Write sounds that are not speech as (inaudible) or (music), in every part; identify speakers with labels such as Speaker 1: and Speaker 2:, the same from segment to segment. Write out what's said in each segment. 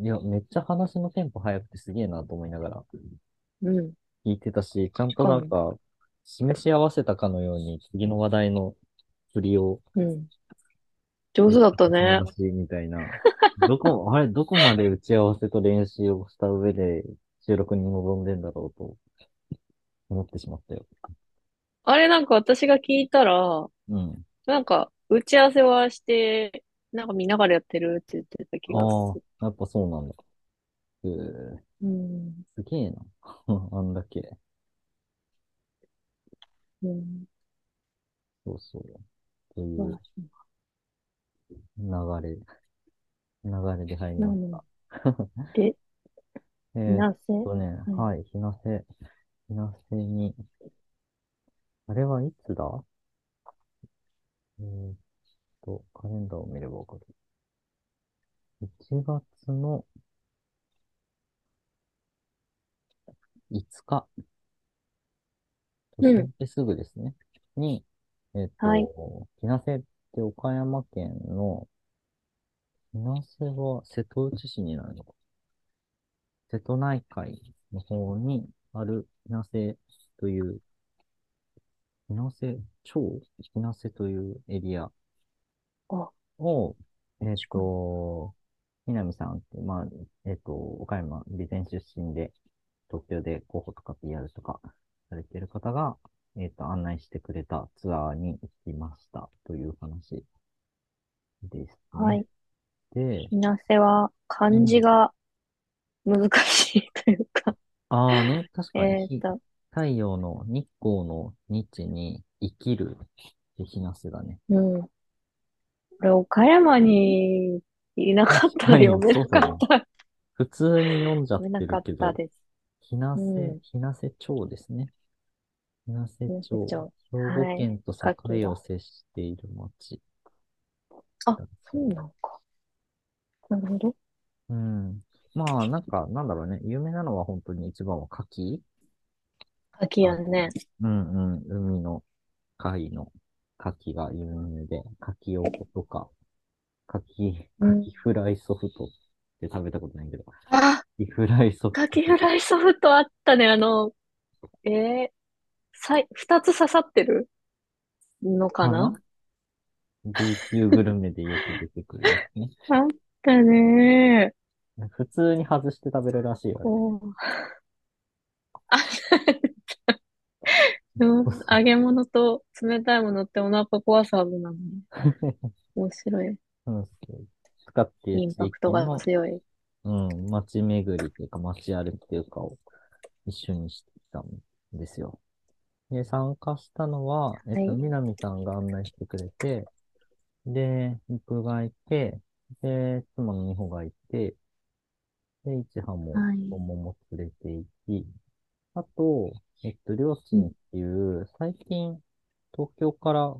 Speaker 1: いや、めっちゃ話のテンポ速くてすげえなと思いながら
Speaker 2: うん。
Speaker 1: 聞いてたし、ちゃんとなんか、示し合わせたかのように、次の話題の振りを、
Speaker 2: うん。上手だったね。
Speaker 1: 話みたいな。どこ、あれ、どこまで打ち合わせと練習をした上で収録に臨んでんだろうと思ってしまったよ。
Speaker 2: あれなんか私が聞いたら、
Speaker 1: うん。
Speaker 2: なんか打ち合わせはして、なんか見ながらやってるって言ってた気が
Speaker 1: あ
Speaker 2: する。
Speaker 1: あ、やっぱそうなんだ。えー、
Speaker 2: うん。
Speaker 1: すげえな。 (laughs) あんだけ。
Speaker 2: うん。
Speaker 1: そうそう。とい
Speaker 2: ま
Speaker 1: う
Speaker 2: あ
Speaker 1: 流れ、流れで入り
Speaker 2: な
Speaker 1: ま
Speaker 2: ん
Speaker 1: し
Speaker 2: だ
Speaker 1: た。
Speaker 2: で、
Speaker 1: えー
Speaker 2: なぜ
Speaker 1: えっとね、
Speaker 2: うん
Speaker 1: はい、ひなせ、ひなせに、あれはいつだえーっと、カレンダーを見ればわかる。1月の5日、
Speaker 2: うん
Speaker 1: 年明けすぐですね、に、えーっと、
Speaker 2: はい
Speaker 1: ひなせって岡山県の、ひなせは瀬戸内市になるのか。瀬戸内海の方にある日生という、日生町日生というエリア
Speaker 2: あ
Speaker 1: を、えっ、と、南さんって、まあ、えっ、と、岡山、備前出身で、東京で候補とか PR とかされてる方が、えっ、と、案内してくれたツアーに行きましたという話です、ね。
Speaker 2: はい。。
Speaker 1: で、
Speaker 2: ひなせは漢字が難しいというか、
Speaker 1: ああね、確か
Speaker 2: え
Speaker 1: に、
Speaker 2: ーと、
Speaker 1: 太陽の日光の日に生きるって日なすだね。
Speaker 2: うん。これ岡山にいなかったら読めなかった。
Speaker 1: 普通に読んじゃっ
Speaker 2: 読
Speaker 1: て
Speaker 2: めなか
Speaker 1: る
Speaker 2: っ
Speaker 1: けど
Speaker 2: た、です。
Speaker 1: 日な
Speaker 2: うん
Speaker 1: せ、日なせ町ですね。日なせ
Speaker 2: 日
Speaker 1: 町、
Speaker 2: 生町
Speaker 1: 兵
Speaker 2: は
Speaker 1: 庫
Speaker 2: い
Speaker 1: 県と
Speaker 2: 牡蠣
Speaker 1: 境
Speaker 2: だ
Speaker 1: を接している町。
Speaker 2: あそうなのか。なるほど。
Speaker 1: うん。まあ、なんか、なんだろうね。有名なのは本当に一番は牡蠣。
Speaker 2: 秋やね。
Speaker 1: うんうん。海の貝の牡蠣が有名で、牡蠣おことか、牡蠣、
Speaker 2: うん
Speaker 1: 牡蠣フライソフトって食べたことないけど、
Speaker 2: あ、
Speaker 1: カキフライソフ
Speaker 2: カキフライソフトあったね。あの、えー、さい、二つ刺さってるのかな
Speaker 1: ト B 級グルメでよく出てくるやつね。
Speaker 2: あったね。
Speaker 1: 普通に外して食べるらしいわ、ね。
Speaker 2: おーあ、でも (laughs) 揚げ物と冷たいものってお腹壊すはずなのに。 (laughs) 面白い。
Speaker 1: うんそう使ってい
Speaker 2: イ
Speaker 1: る
Speaker 2: ン
Speaker 1: 地
Speaker 2: パク
Speaker 1: 域
Speaker 2: トが
Speaker 1: の、
Speaker 2: 強い。
Speaker 1: うん、街巡りというか街歩きというかを一緒にしてきたんですよ。で、参加したのは、えっ
Speaker 2: はい
Speaker 1: と、南さんが案内してくれて、で、僕がいて、で、妻の美穂がいて、で、一葉も、
Speaker 2: はい
Speaker 1: 子供も連れて行き、あと、えっと、両親っていう、最近、東京から、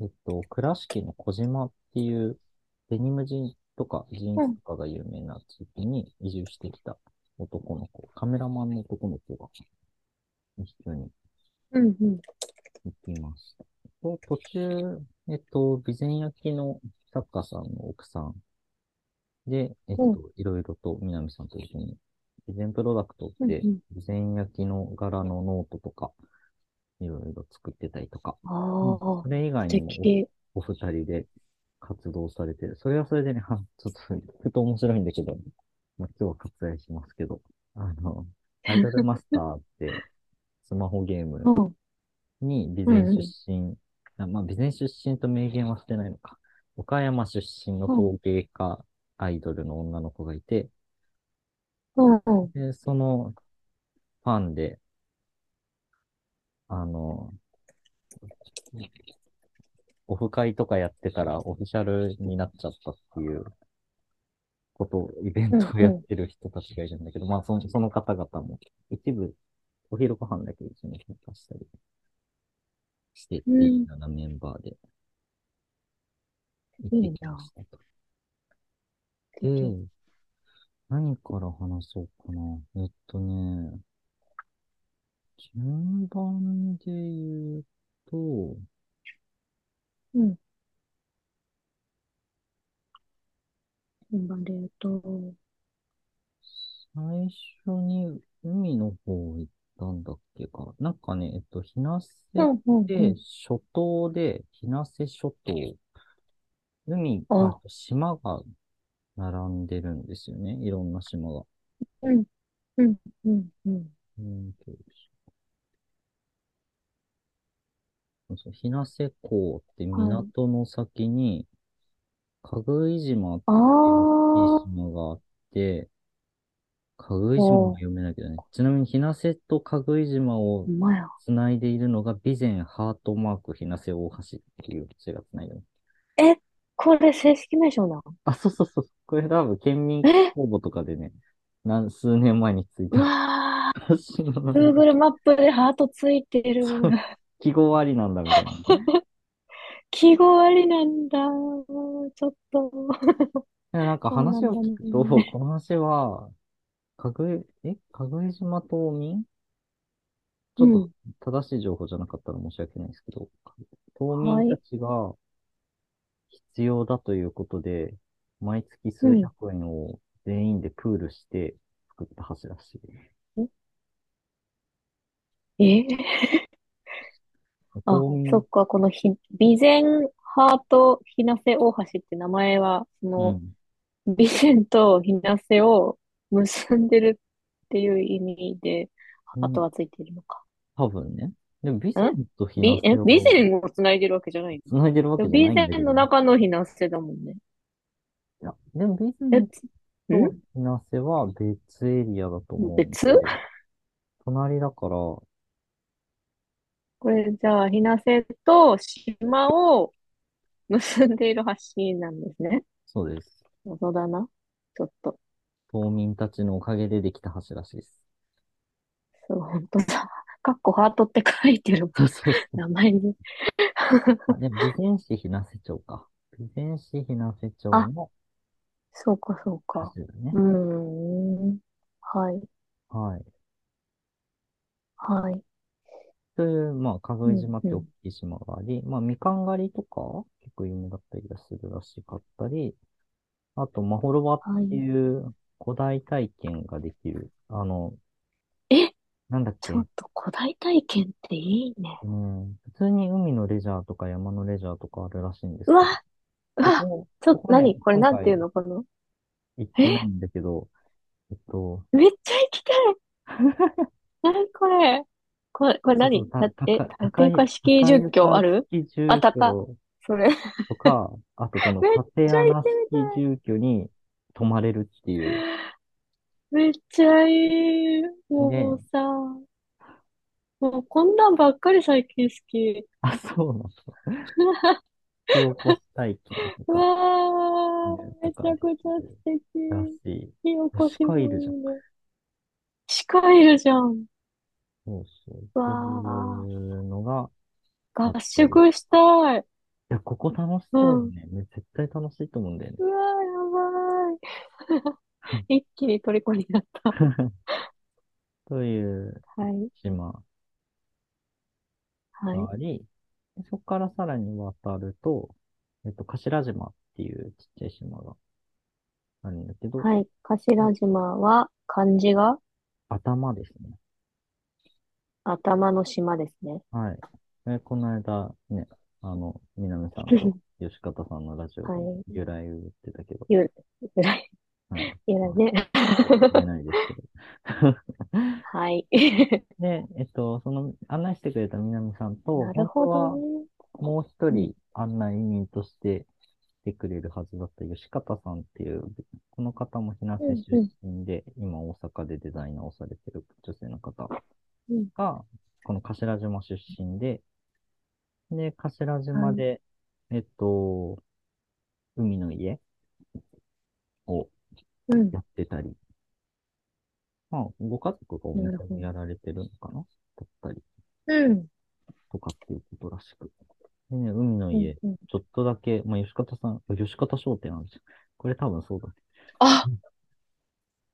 Speaker 1: えっと、倉敷の小島っていう、デニムジーンとかジーンズとかが有名な地域に移住してきた男の子、カメラマンの男の子が一緒に
Speaker 2: うんうん。
Speaker 1: 行きました。と途中、えっと、備前焼の作家さんの奥さんで、えっと、
Speaker 2: うん
Speaker 1: いろいろと南さんと一緒に、備前プロダクト
Speaker 2: う
Speaker 1: っ
Speaker 2: ん
Speaker 1: て
Speaker 2: う、ん。
Speaker 1: 備前焼の柄のノートとか、いろいろ作ってたりとか、うん
Speaker 2: ああ
Speaker 1: そ、れ以外
Speaker 2: 素
Speaker 1: にも
Speaker 2: 敵。
Speaker 1: お二人で活動されてる。それはそれでね、 (laughs) はちょっと、ふと面白いんだけど、まあ、今日は割愛しますけど、あの、アイドルマスターって、スマホゲーム
Speaker 2: うん。
Speaker 1: に備前出身、あまあ、備前出身と明言はしてないのか。岡山出身の陶芸家、アイドルの女の子がいて、
Speaker 2: うんうん。
Speaker 1: で、そのファンで、あの、オフ会とかやってたらオフィシャルになっちゃったっていうこと、イベントをやってる人たちがいるんだけど、まあその、その方々も一部お昼ご飯だけ一緒に参加したりしてっていうようなメンバーで行ってきましたと。で、何から話そうかな。えっとね、順番で言うと、
Speaker 2: うん。順番で言うと、
Speaker 1: なんかね、えっと、日生
Speaker 2: うん、うん、う
Speaker 1: で
Speaker 2: ん。
Speaker 1: 諸島で、日生諸島、海、あ
Speaker 2: あ、
Speaker 1: 島が並んでるんですよね。いろんな島が。
Speaker 2: うん、うん、うん、うん。
Speaker 1: うんと、そう日生港って
Speaker 2: はい。
Speaker 1: 港の先に、かぐい島っ
Speaker 2: あ
Speaker 1: ていう大きい
Speaker 2: あ、
Speaker 1: 島があって、かぐい島は
Speaker 2: おう、
Speaker 1: 読めないけどね。ちなみに、日生とかぐい島を
Speaker 2: ほんまや。
Speaker 1: つないでいるのが、備前ハートマーク日生大橋っていう地がつないでます。
Speaker 2: え、これ正式名称な
Speaker 1: あ、そうそうそう。これ多分、県民
Speaker 2: のえ、
Speaker 1: 公募とかでね、何、数年前についうた
Speaker 2: わあ、
Speaker 1: 橋の名前。
Speaker 2: Google マップでハートついてる。
Speaker 1: そう、記号ありなんだみたいな。
Speaker 2: 記号ありなんだ。ちょっと
Speaker 1: でなんか
Speaker 2: そうな
Speaker 1: 話
Speaker 2: ん
Speaker 1: を
Speaker 2: だ
Speaker 1: 聞くと、 (laughs)
Speaker 2: ね。
Speaker 1: この話は、かぐい、え、かぐい島島民ち
Speaker 2: う
Speaker 1: ょっと
Speaker 2: ん。
Speaker 1: 正しい情報じゃなかったら申し訳ないですけど、島民
Speaker 2: は
Speaker 1: た
Speaker 2: い。
Speaker 1: ちが必要だということで、毎月
Speaker 2: う
Speaker 1: 数
Speaker 2: ん。
Speaker 1: 百円を全員でプールして作った橋らしい。
Speaker 2: え、あ、
Speaker 1: 島
Speaker 2: そ
Speaker 1: 民、
Speaker 2: っか、このひ、備前ハート日生大橋って名前は、そうの、
Speaker 1: ん。
Speaker 2: 備前と日生を結んでるっていう意味で、
Speaker 1: う
Speaker 2: ハート
Speaker 1: ん
Speaker 2: はついてるのか。
Speaker 1: 多分ね。でも、備
Speaker 2: ん
Speaker 1: 前と日
Speaker 2: び、え、
Speaker 1: 生
Speaker 2: 備
Speaker 1: を
Speaker 2: 前をつないでるわけじゃないの
Speaker 1: 繋いでるわ
Speaker 2: で
Speaker 1: け
Speaker 2: も
Speaker 1: じゃ
Speaker 2: 備
Speaker 1: ないんだけど
Speaker 2: 前
Speaker 1: ね。
Speaker 2: の中の日生だもんね。
Speaker 1: いや、でも、備
Speaker 2: え、
Speaker 1: 前
Speaker 2: つ、
Speaker 1: と
Speaker 2: ん
Speaker 1: 日生は別エリアだと思うん
Speaker 2: 別
Speaker 1: で、隣だから、
Speaker 2: これじゃあ、日生と島を結んでいる橋なんですね。
Speaker 1: そうです。
Speaker 2: 謎だな。ちょっと。
Speaker 1: 島民たちのおかげでできた橋らしいです。
Speaker 2: そう、本当だ。かっこハートって書いてるもん。
Speaker 1: そうそうそう。
Speaker 2: 名前に。
Speaker 1: あ、でも、備前市日生町か。備前市日生町
Speaker 2: あ、
Speaker 1: の
Speaker 2: そうか、そうか。
Speaker 1: 橋だ
Speaker 2: う
Speaker 1: ね。
Speaker 2: ーん。はい、
Speaker 1: はい。
Speaker 2: はい。
Speaker 1: という、まあ、か
Speaker 2: う
Speaker 1: ぐい
Speaker 2: ん、
Speaker 1: 島っ
Speaker 2: う
Speaker 1: て大
Speaker 2: ん。
Speaker 1: きい島があり、まあ、みかん狩りとか、結構有名だったりがするらしかったり、あと、まほろばっ
Speaker 2: は
Speaker 1: て
Speaker 2: い。
Speaker 1: いう古代体験ができる。あの、
Speaker 2: え、
Speaker 1: なんだっ
Speaker 2: ちょ
Speaker 1: け。
Speaker 2: っと古代体験っていいね。
Speaker 1: うん、普通に海のレジャーとか山のレジャーとかあるらしいんで
Speaker 2: う
Speaker 1: す
Speaker 2: わ、
Speaker 1: けど、
Speaker 2: う
Speaker 1: こ
Speaker 2: わ、
Speaker 1: こ、
Speaker 2: ちょっ、
Speaker 1: ことこね、
Speaker 2: 何これ
Speaker 1: 今
Speaker 2: なんてい
Speaker 1: 回
Speaker 2: うのこの。
Speaker 1: 行ってない
Speaker 2: え、
Speaker 1: んだけど、えっと、
Speaker 2: めっちゃ行きたい。何これ。これ、
Speaker 1: そうそ
Speaker 2: これ
Speaker 1: う、
Speaker 2: 何
Speaker 1: た、
Speaker 2: た、え、
Speaker 1: 高い、
Speaker 2: たと
Speaker 1: 高
Speaker 2: いうか
Speaker 1: い、
Speaker 2: 式
Speaker 1: 高
Speaker 2: 住居
Speaker 1: 床
Speaker 2: ある
Speaker 1: 式
Speaker 2: あ、
Speaker 1: 住
Speaker 2: たか。
Speaker 1: 居
Speaker 2: それ。めっ
Speaker 1: と
Speaker 2: (laughs)
Speaker 1: か、あとこの
Speaker 2: ちゃ
Speaker 1: 竪
Speaker 2: 行
Speaker 1: 穴
Speaker 2: って
Speaker 1: 式住居に泊まれるっていう。
Speaker 2: みたい。めっちゃいい。も
Speaker 1: ね
Speaker 2: うさ、もうこんなんばっかり最近好き。
Speaker 1: あ、そうなんだ。火起こし体験と
Speaker 2: う
Speaker 1: か、
Speaker 2: わ
Speaker 1: ね、
Speaker 2: ー、
Speaker 1: と
Speaker 2: めち
Speaker 1: か
Speaker 2: ゃ
Speaker 1: で
Speaker 2: く
Speaker 1: き
Speaker 2: ちゃ素
Speaker 1: る
Speaker 2: 敵。
Speaker 1: らしい。
Speaker 2: 火起こし
Speaker 1: 鹿い
Speaker 2: も
Speaker 1: るじゃ
Speaker 2: い
Speaker 1: ん。
Speaker 2: いね。鹿いるじゃん。
Speaker 1: そうそう。
Speaker 2: う
Speaker 1: とい
Speaker 2: わ
Speaker 1: うのがあ
Speaker 2: ー、
Speaker 1: っ
Speaker 2: 合
Speaker 1: たり。
Speaker 2: 宿したい。
Speaker 1: いや、ここ楽し
Speaker 2: う
Speaker 1: そうだ
Speaker 2: ん。
Speaker 1: ね。ね絶対楽しいと思うんだよね。
Speaker 2: うわー、やば
Speaker 1: (laughs)
Speaker 2: い。一気に虜になった。
Speaker 1: という
Speaker 2: はい、
Speaker 1: 島
Speaker 2: はい。
Speaker 1: があり、でそこからさらに渡ると、えっと、頭島っていうちっちゃい島があるんだけど、
Speaker 2: はい。頭島は漢字が
Speaker 1: 頭ですね。
Speaker 2: 頭の島です
Speaker 1: (laughs)
Speaker 2: ね。 (laughs)
Speaker 1: はい。え、この間ね、あの、南さん
Speaker 2: (laughs)
Speaker 1: と吉方さんのラジオ
Speaker 2: は
Speaker 1: で
Speaker 2: い。
Speaker 1: 由来を言ってたけ
Speaker 2: (laughs)
Speaker 1: ど、
Speaker 2: ゆ、ゆらい、
Speaker 1: はい。
Speaker 2: ゆら
Speaker 1: (laughs)
Speaker 2: いね。
Speaker 1: ちょっと言えないですけど。
Speaker 2: はい。
Speaker 1: で、えっと、その案内してくれた南さんと、
Speaker 2: な
Speaker 1: 本
Speaker 2: る
Speaker 1: 当
Speaker 2: ほど
Speaker 1: は
Speaker 2: ね。
Speaker 1: もう一
Speaker 2: うん。
Speaker 1: 人案内人として来てくれるはずだった吉方さんっていう、この方も日
Speaker 2: う
Speaker 1: 生
Speaker 2: ん、う
Speaker 1: 出
Speaker 2: ん、
Speaker 1: 身で、今大阪でデザイナーをされてる女性の方
Speaker 2: うん。
Speaker 1: が、この頭島出身で、で、頭
Speaker 2: は
Speaker 1: 島
Speaker 2: い。
Speaker 1: で、えっと、海の家を
Speaker 2: うん。
Speaker 1: やってたり、まあ、ご家族がお
Speaker 2: な
Speaker 1: 店
Speaker 2: る
Speaker 1: を
Speaker 2: ほど。
Speaker 1: やられてるのかなだったり
Speaker 2: うん。
Speaker 1: とかっていうことらしく。でね、海の
Speaker 2: うん、
Speaker 1: 家、
Speaker 2: うん。
Speaker 1: ちょっとだけ、まあ、吉方さん、吉方商店あるじゃん。これ多分そうだね。
Speaker 2: あ、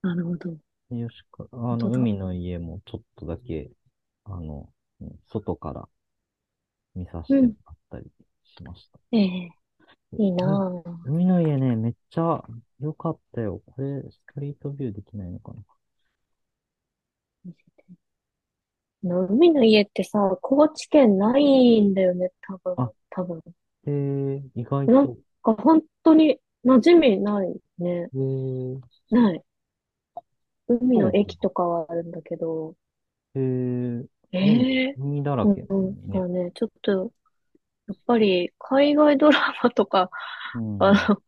Speaker 1: うん
Speaker 2: なるほど。
Speaker 1: よしか、あの、
Speaker 2: 本当だ。
Speaker 1: 海の家もちょっとだけ、あの、うん外から見させ
Speaker 2: う
Speaker 1: ても
Speaker 2: ん。
Speaker 1: らったりしました。
Speaker 2: ええ、いい
Speaker 1: うん
Speaker 2: なぁ。
Speaker 1: 海の家ね、めっちゃ良かったよ。これ、ストリートビューできないのかな。
Speaker 2: 見せて。の海の家ってさ、高知県ないんだよね、多分、
Speaker 1: あ、
Speaker 2: 多分。
Speaker 1: えー、意外
Speaker 2: なん
Speaker 1: と。
Speaker 2: か本当に馴染みないね。
Speaker 1: えー、
Speaker 2: ない。海
Speaker 1: そ
Speaker 2: の
Speaker 1: う
Speaker 2: 駅とかはあるんだけど、
Speaker 1: えー、
Speaker 2: え
Speaker 1: 海、
Speaker 2: え
Speaker 1: 海だら
Speaker 2: う
Speaker 1: け
Speaker 2: ん、
Speaker 1: な
Speaker 2: う
Speaker 1: の
Speaker 2: ん
Speaker 1: に
Speaker 2: だ
Speaker 1: ね。
Speaker 2: ね、ちょっと、やっぱり海外ドラマとか、
Speaker 1: うん。
Speaker 2: あの、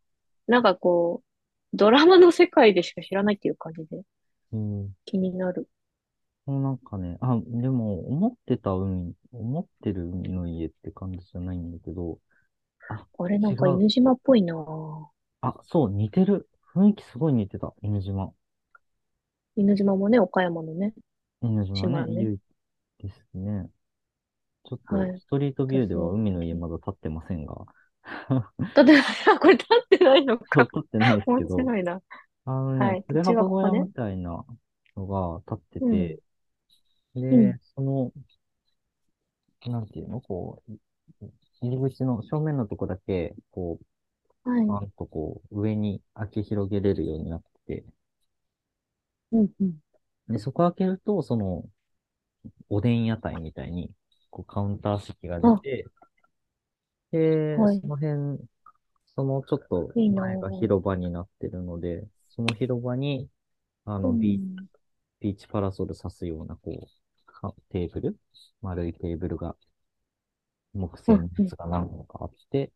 Speaker 2: なんかこう、ドラマの世界でしか知らないっていう感じで
Speaker 1: うん
Speaker 2: 気になる。
Speaker 1: もうなんかね、あ、でも、思ってた海、思ってる海の家って感じじゃないんだけど、あ、
Speaker 2: あれな
Speaker 1: 違
Speaker 2: んか
Speaker 1: う。
Speaker 2: 犬島っぽいなぁ。
Speaker 1: あ、そう、似てる。雰囲気すごい似てた。犬島。
Speaker 2: 犬島もね、岡山のね、
Speaker 1: 犬島ね、
Speaker 2: 島ね。
Speaker 1: 唯一ですね。ちょっ
Speaker 2: は
Speaker 1: と、
Speaker 2: い。
Speaker 1: ストリートビューで
Speaker 2: 私
Speaker 1: は
Speaker 2: も。
Speaker 1: 海の家
Speaker 2: うん
Speaker 1: まだ建ってません
Speaker 2: (laughs)
Speaker 1: が。
Speaker 2: だって、あこれ立ってないの
Speaker 1: そう、
Speaker 2: か。
Speaker 1: 建ってないですけ
Speaker 2: 面
Speaker 1: ど、
Speaker 2: 白いな。
Speaker 1: あの
Speaker 2: は
Speaker 1: ね、
Speaker 2: い。土
Speaker 1: プレハ
Speaker 2: 地
Speaker 1: ブ
Speaker 2: はこ
Speaker 1: 小
Speaker 2: こ
Speaker 1: 屋
Speaker 2: ね。
Speaker 1: みたいなのが建
Speaker 2: うん。
Speaker 1: ってて、
Speaker 2: う
Speaker 1: で、
Speaker 2: ん。
Speaker 1: その、なんていうの、こう、入り口の正面のとこだけ、こう、
Speaker 2: は
Speaker 1: パ
Speaker 2: い。
Speaker 1: ンとこう、上に開け広げれるようになってて、
Speaker 2: うん、うん。
Speaker 1: で、そこ開けると、その、おでん屋台みたいに、こう、カウンター席が出
Speaker 2: あ、
Speaker 1: て、で、
Speaker 2: は
Speaker 1: そ
Speaker 2: い。
Speaker 1: の辺、そのちょっと
Speaker 2: いいな
Speaker 1: 前が
Speaker 2: ぁ。
Speaker 1: 広場になってるので、その広場に、あ
Speaker 2: う
Speaker 1: の、ビー、
Speaker 2: ん。
Speaker 1: ビーチパラソルさすような、こう、かテーブル、丸いテーブルが、木製
Speaker 2: あ、
Speaker 1: のや
Speaker 2: う
Speaker 1: つが何個かあって、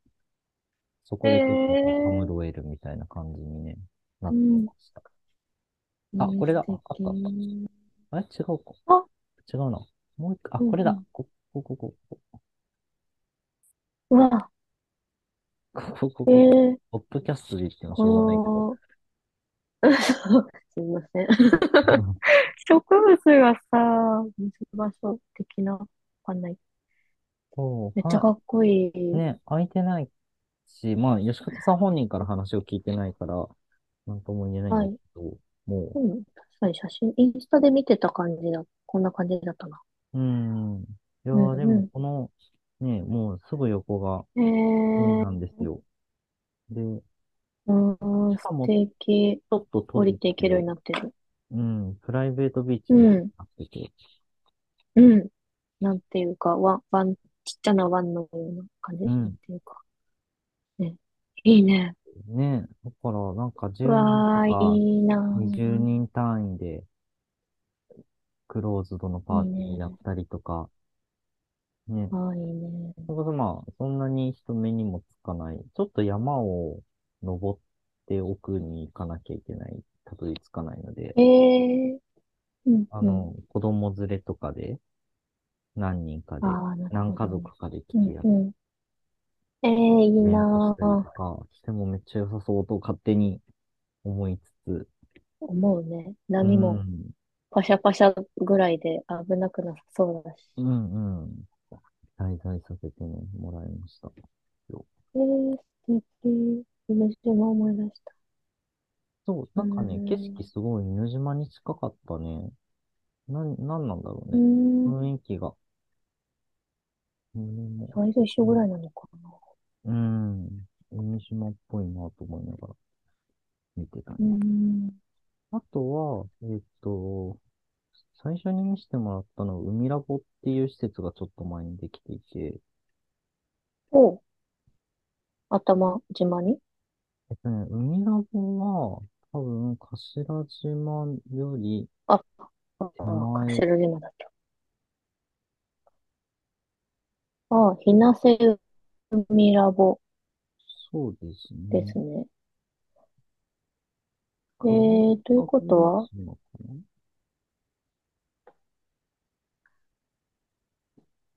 Speaker 1: そ
Speaker 2: ん。
Speaker 1: こでちょっとこう、たむ
Speaker 2: え
Speaker 1: ろえるみたいな感じにね、な
Speaker 2: ー、う
Speaker 1: って
Speaker 2: ん。
Speaker 1: ました。あ、
Speaker 2: ね、
Speaker 1: これ
Speaker 2: 素
Speaker 1: だ。ああったあった。
Speaker 2: 敵。
Speaker 1: あれ違うか。
Speaker 2: あ、
Speaker 1: 違うな。もう一個、あ、
Speaker 2: うん、
Speaker 1: これ
Speaker 2: う
Speaker 1: だ。
Speaker 2: ん。
Speaker 1: こ、こ、こ、こ、こ、
Speaker 2: うわ、
Speaker 1: こ、こ、こ、こ、
Speaker 2: えー、
Speaker 1: ポッドキャストで言ってもしょうがないけど。
Speaker 2: こう、 (laughs) すいません。植物がさ、難しそう的な、わかんない。
Speaker 1: そう、
Speaker 2: めっちゃ
Speaker 1: は、
Speaker 2: かっこいい。
Speaker 1: ね、空いてないし、まあ、吉方さん本人から話を聞いてないから、なんとも言えないん
Speaker 2: は
Speaker 1: だけ
Speaker 2: い。
Speaker 1: ど、も
Speaker 2: うん。確かに写真、インスタで見てた感じだ。こんな感じだったな。
Speaker 1: う、うん、いや
Speaker 2: う
Speaker 1: ー、でも
Speaker 2: ん
Speaker 1: この、ね、もうすぐ横が
Speaker 2: う
Speaker 1: 海
Speaker 2: ん。え
Speaker 1: なんですよ。で、
Speaker 2: ー、うー
Speaker 1: し
Speaker 2: ん、
Speaker 1: か
Speaker 2: 素
Speaker 1: も、
Speaker 2: 敵。
Speaker 1: ちょっと
Speaker 2: 降
Speaker 1: 閉
Speaker 2: り
Speaker 1: じ
Speaker 2: ていけるよう
Speaker 1: て、
Speaker 2: になってる。
Speaker 1: うん、プライベートビーチ
Speaker 2: う
Speaker 1: みたいに
Speaker 2: ん、
Speaker 1: なってて、
Speaker 2: うん。なんていうか、ワン、ワン、ちっちゃな湾のような感じ。
Speaker 1: う
Speaker 2: なん
Speaker 1: ん、
Speaker 2: ていうか。ね。いいね。
Speaker 1: ね、だからなんか
Speaker 2: う
Speaker 1: 10人と
Speaker 2: わー、
Speaker 1: か
Speaker 2: いいな
Speaker 1: 20
Speaker 2: ー。
Speaker 1: 人単位でクローズドの
Speaker 2: い
Speaker 1: パー
Speaker 2: い
Speaker 1: ティーやっ
Speaker 2: ね。
Speaker 1: たりとか、ね、
Speaker 2: あー、いいね。
Speaker 1: それこそまあ、そんなに人目にもつかない。ちょっと山を登って奥に行かなきゃいけない。たどり着かないので、
Speaker 2: えー、うん、
Speaker 1: あ
Speaker 2: うん。
Speaker 1: の、子供連れとかで、何人か
Speaker 2: あ
Speaker 1: で、
Speaker 2: あ、なる
Speaker 1: 何
Speaker 2: ほ
Speaker 1: 家
Speaker 2: どね。
Speaker 1: 族かで来
Speaker 2: う
Speaker 1: て
Speaker 2: ん、
Speaker 1: や、イ
Speaker 2: うん。ええー、いい
Speaker 1: ベントし
Speaker 2: な
Speaker 1: たりと
Speaker 2: ぁ。
Speaker 1: かしてもめっちゃ良さそうと勝手に思いつつ、
Speaker 2: 思うね。
Speaker 1: う
Speaker 2: 波も
Speaker 1: ん、
Speaker 2: パシャパシャぐらいで危なくなさそうだし。
Speaker 1: うんうん、滞在させてね、もらいました。よ
Speaker 2: ええー、素敵。犬島思い出した。
Speaker 1: そう、
Speaker 2: う
Speaker 1: なんかね、景色
Speaker 2: ん。
Speaker 1: すごい犬島に近かったね。なん、なんなんだろうね。
Speaker 2: うん。
Speaker 1: 雰囲気が。うん、
Speaker 2: 大豆一緒ぐらいなのかな。
Speaker 1: うん。海島っぽいなと思いながら見てたね。
Speaker 2: うん。
Speaker 1: あとは、えっと、最初に見せてもらったのは、海ラボっていう施設がちょっと前にできていて、
Speaker 2: お、頭島に
Speaker 1: えっとね、海ラボは、多分、頭島より
Speaker 2: あ、あ、
Speaker 1: 手前、
Speaker 2: 頭島だった。あ、日生海ラボ
Speaker 1: そうです
Speaker 2: で
Speaker 1: ね。
Speaker 2: すね。え
Speaker 1: 黒
Speaker 2: ー、という
Speaker 1: 島
Speaker 2: ことは、
Speaker 1: 島か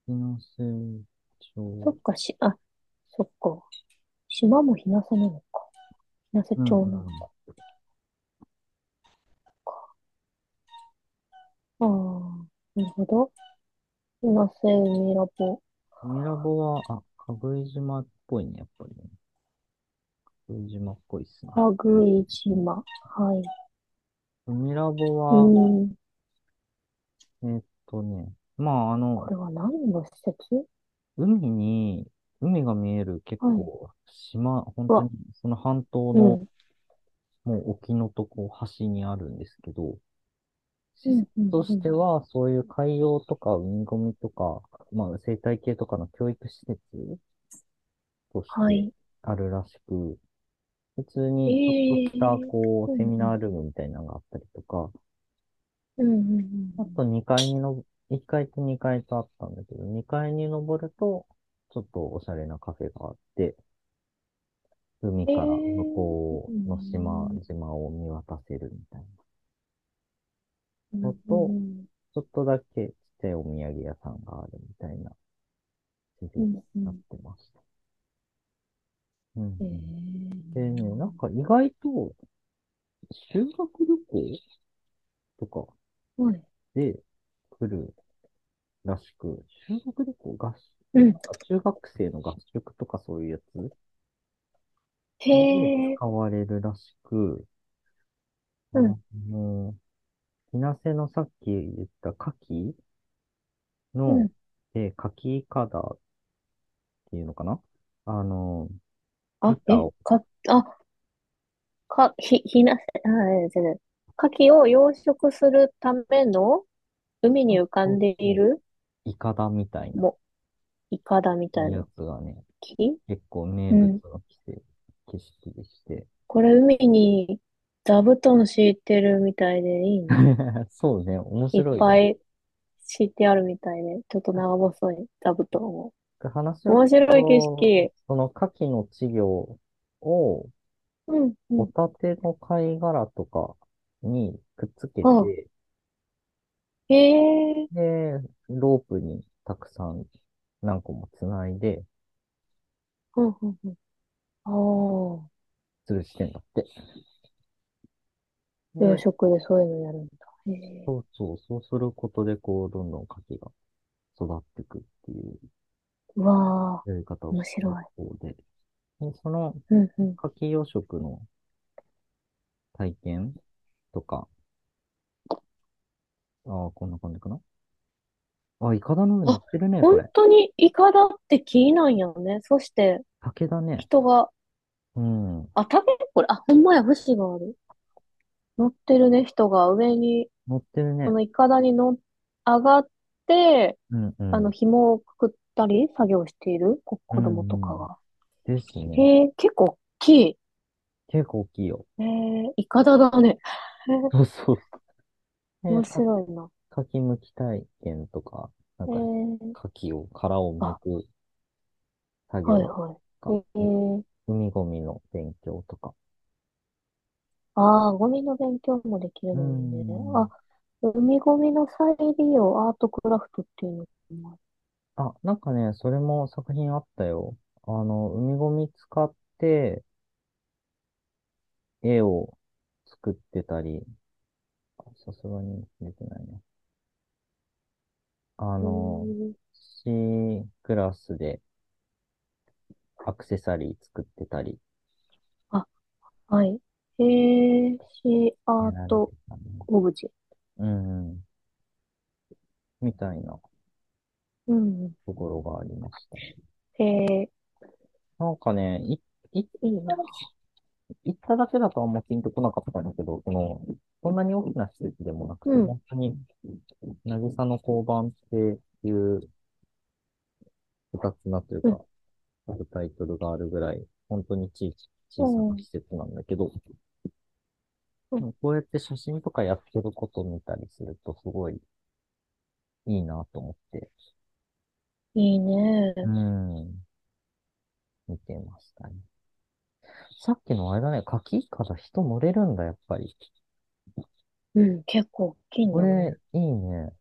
Speaker 1: な日生
Speaker 2: そ
Speaker 1: 町。
Speaker 2: っか、し、あ、そっか。島も日生なのか。日
Speaker 1: う
Speaker 2: 生
Speaker 1: んう
Speaker 2: 町なの
Speaker 1: ん。
Speaker 2: か。ああ、なるほど。日生海ラボ。
Speaker 1: ミラボは、あ、かぐい島っぽいね、やっぱりね。かぐい島っぽいっすね。
Speaker 2: かぐい島。はい。
Speaker 1: ミラボ
Speaker 2: う
Speaker 1: は、
Speaker 2: ん。
Speaker 1: えーっとね、まあ、あ
Speaker 2: こ
Speaker 1: の、
Speaker 2: れは何の施設
Speaker 1: 海に、海が見える結
Speaker 2: はい。
Speaker 1: 構、島、本当
Speaker 2: う
Speaker 1: に、
Speaker 2: わ、
Speaker 1: その半島
Speaker 2: う
Speaker 1: の、
Speaker 2: ん。
Speaker 1: もう沖のとこ、端にあるんですけど、シス
Speaker 2: うんう
Speaker 1: テム
Speaker 2: ん
Speaker 1: と
Speaker 2: う
Speaker 1: して
Speaker 2: ん。
Speaker 1: は、そういう海洋とか海ゴミとか、まあ、生態系とかの教育施設とし
Speaker 2: は
Speaker 1: て
Speaker 2: い。
Speaker 1: あるらしく、普通にちょっとし
Speaker 2: え
Speaker 1: た、
Speaker 2: え
Speaker 1: こ
Speaker 2: う
Speaker 1: う、セ
Speaker 2: ん
Speaker 1: ミ
Speaker 2: う
Speaker 1: ナー
Speaker 2: ん。
Speaker 1: ルームみたいなのがあったりとか、
Speaker 2: うんうんう
Speaker 1: あと
Speaker 2: ん
Speaker 1: 2階にの、1階と2階とあったんだけど、2階に登ると、ちょっとおしゃれなカフェがあって、海
Speaker 2: うん。え
Speaker 1: から向
Speaker 2: えう
Speaker 1: こうの島
Speaker 2: ん
Speaker 1: 々を見渡せるみたいな
Speaker 2: うんう
Speaker 1: の
Speaker 2: んう
Speaker 1: と、
Speaker 2: ん
Speaker 1: ちょっとだけちっちゃいお土産屋さんがあるみたいな施設
Speaker 2: う
Speaker 1: に
Speaker 2: んう
Speaker 1: なっ
Speaker 2: ん
Speaker 1: てました。うん
Speaker 2: え
Speaker 1: うん。でね、なん
Speaker 2: え
Speaker 1: か意外と修学旅行とか
Speaker 2: はい。
Speaker 1: で来るらしく、修学旅行合宿、
Speaker 2: う
Speaker 1: なん
Speaker 2: ん。
Speaker 1: か中学生の合宿とかそういうやつ
Speaker 2: へ
Speaker 1: で
Speaker 2: え。
Speaker 1: 使われるらしく、あ
Speaker 2: うん。
Speaker 1: の、ひなせのさっき言った牡蠣
Speaker 2: う
Speaker 1: の、
Speaker 2: ん。
Speaker 1: で、牡蠣いかだっていうのかなあの、
Speaker 2: あ、
Speaker 1: 板
Speaker 2: え、
Speaker 1: を、
Speaker 2: か、あ、か、ひ、ひな、あ、え全然。牡蠣を養殖するための海に
Speaker 1: そう
Speaker 2: 浮か
Speaker 1: そ
Speaker 2: ん
Speaker 1: う
Speaker 2: でい
Speaker 1: そう
Speaker 2: る
Speaker 1: いかだみたいな
Speaker 2: も、イカダみたい
Speaker 1: や
Speaker 2: な
Speaker 1: つがね、
Speaker 2: 木
Speaker 1: 結構名
Speaker 2: う
Speaker 1: 物
Speaker 2: ん。
Speaker 1: の景色景色でして。 (laughs)
Speaker 2: これ海に座布団敷いてるみたいでいいな。
Speaker 1: そうね、面
Speaker 2: いっ
Speaker 1: 白い
Speaker 2: ぱ
Speaker 1: よね。
Speaker 2: い敷いてあるみたいで、ちょっと長細い座布団を。
Speaker 1: 話を聞
Speaker 2: 面
Speaker 1: く
Speaker 2: 白い景
Speaker 1: と、
Speaker 2: 色。
Speaker 1: その牡蠣の稚魚を、
Speaker 2: うん、う
Speaker 1: ホ
Speaker 2: ん。
Speaker 1: タテの貝殻とかにくっつけ
Speaker 2: あ、
Speaker 1: て、
Speaker 2: へえ、
Speaker 1: で、ロープにたくさん何個もつないで、
Speaker 2: うん、うん、うん。ああ、
Speaker 1: 吊るしてんだって。
Speaker 2: 養
Speaker 1: で、
Speaker 2: 殖でそういうのやるんだ。へえ、
Speaker 1: そうそう、そうすることで、こう、どんどん牡蠣が育っていくっていう
Speaker 2: うわあ、
Speaker 1: やり方を
Speaker 2: 面
Speaker 1: する
Speaker 2: 白い。
Speaker 1: そうで、で、その
Speaker 2: うん、うん。
Speaker 1: 牡蠣養殖の体験とか、ああ、こんな感じかな。あ、イカダの上乗っ
Speaker 2: あ、
Speaker 1: てるね、こ
Speaker 2: 本
Speaker 1: れ。
Speaker 2: 当にイカだって木なんやね。そして、
Speaker 1: 竹だね。
Speaker 2: 人が、
Speaker 1: うん。
Speaker 2: あ、竹これ、あ、ほんまや、節がある。乗ってるね、人が上に、
Speaker 1: 乗ってる
Speaker 2: こ
Speaker 1: ね。
Speaker 2: のイカダに乗っ、上がって、
Speaker 1: うんう
Speaker 2: あの、
Speaker 1: ん。
Speaker 2: 紐をくくったり、作業しているこ
Speaker 1: う
Speaker 2: 子
Speaker 1: ん
Speaker 2: 供とか
Speaker 1: うん。
Speaker 2: が。
Speaker 1: ですね。
Speaker 2: へえ、結構大きい。
Speaker 1: 結構大きいよ。
Speaker 2: えー、イカダだね。へー
Speaker 1: そうそう。で、
Speaker 2: 面
Speaker 1: か、
Speaker 2: 白いな。
Speaker 1: かきむき体験とか、なん
Speaker 2: え
Speaker 1: か、
Speaker 2: ー、
Speaker 1: かきを、殻をむ
Speaker 2: あ、
Speaker 1: く作
Speaker 2: はい
Speaker 1: 業
Speaker 2: は
Speaker 1: と
Speaker 2: い。
Speaker 1: か、
Speaker 2: えー、
Speaker 1: 海ゴミの勉強とか。
Speaker 2: ああ、ゴミの勉強もできる
Speaker 1: う
Speaker 2: のいいね。
Speaker 1: ん。
Speaker 2: あ、海ゴミの再利用、アートクラフトっていうのもある。
Speaker 1: あ、なんかね、それも作品あったよ。あの、海ゴミ使って絵を作ってたり、あさすがに出てないね。あ
Speaker 2: うー
Speaker 1: の、
Speaker 2: ん、
Speaker 1: C クラスでアクセサリー作ってたり、
Speaker 2: あ、はい。えー、シア
Speaker 1: や
Speaker 2: ー
Speaker 1: られて
Speaker 2: ト
Speaker 1: たね。
Speaker 2: オブジェ。
Speaker 1: うん、みたいな
Speaker 2: うん。
Speaker 1: ところがありましたね。
Speaker 2: えー、
Speaker 1: なんかね、い、い、
Speaker 2: いいな。
Speaker 1: 行っただけだとあんまピンとこなかったんだけど、その、そんなに大きな施設でもなく
Speaker 2: う
Speaker 1: て、
Speaker 2: ん、
Speaker 1: 本当に、渚の交番っていう二つなという
Speaker 2: うん、
Speaker 1: か、あるタイトルがあるぐらい、本当に小さ
Speaker 2: う、
Speaker 1: 小さなん施設なんだけど、
Speaker 2: う
Speaker 1: で
Speaker 2: ん。
Speaker 1: もこうやって写真とかやってることを見たりすると、すごいいいなと思って、
Speaker 2: いいね。
Speaker 1: うん、見てましたね。さっきのあれだね、柿イカだ、人乗れるんだ、やっぱり。
Speaker 2: うん、結構大きいん
Speaker 1: こ
Speaker 2: だ
Speaker 1: れ、
Speaker 2: ね。
Speaker 1: いいね。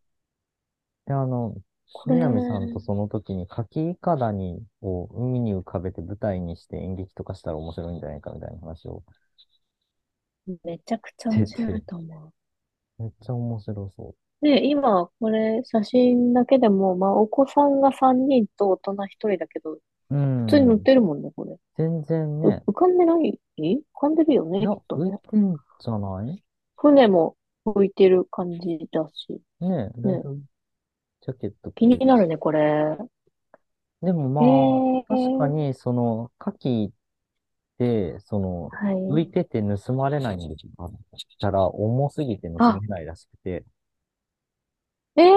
Speaker 1: で、あの、
Speaker 2: これ、
Speaker 1: 南さんとその時に柿いかだにを海に浮かべて舞台にして演劇とかしたら面白いんじゃないかみたいな話を
Speaker 2: めちゃくちゃ面
Speaker 1: 出
Speaker 2: 白い
Speaker 1: て、
Speaker 2: と思。
Speaker 1: めっちゃ面白そう
Speaker 2: ね、今、これ、写真だけでも、まあ、お子さんが3人と大人1人だけど、
Speaker 1: う。う
Speaker 2: 普通に乗っ
Speaker 1: ん。
Speaker 2: てるもんね、これ。
Speaker 1: 全然
Speaker 2: う、
Speaker 1: ね、
Speaker 2: 浮かんでない浮かんでるよ
Speaker 1: い
Speaker 2: ね、
Speaker 1: や、
Speaker 2: きっと
Speaker 1: 浮い
Speaker 2: ね。
Speaker 1: てんじゃない
Speaker 2: 船も浮いてる感じだし。
Speaker 1: ねえ、だい
Speaker 2: ね、
Speaker 1: たいジャケット着
Speaker 2: 気
Speaker 1: て
Speaker 2: に
Speaker 1: る
Speaker 2: なる
Speaker 1: し。
Speaker 2: ね、これ。
Speaker 1: で
Speaker 2: え
Speaker 1: もまあ、確か
Speaker 2: ー、
Speaker 1: に、その、牡蠣で、その、
Speaker 2: は
Speaker 1: 浮
Speaker 2: い。
Speaker 1: いてて盗まれないんだったら、重すぎて盗
Speaker 2: あ、
Speaker 1: めないらしくて。
Speaker 2: ええ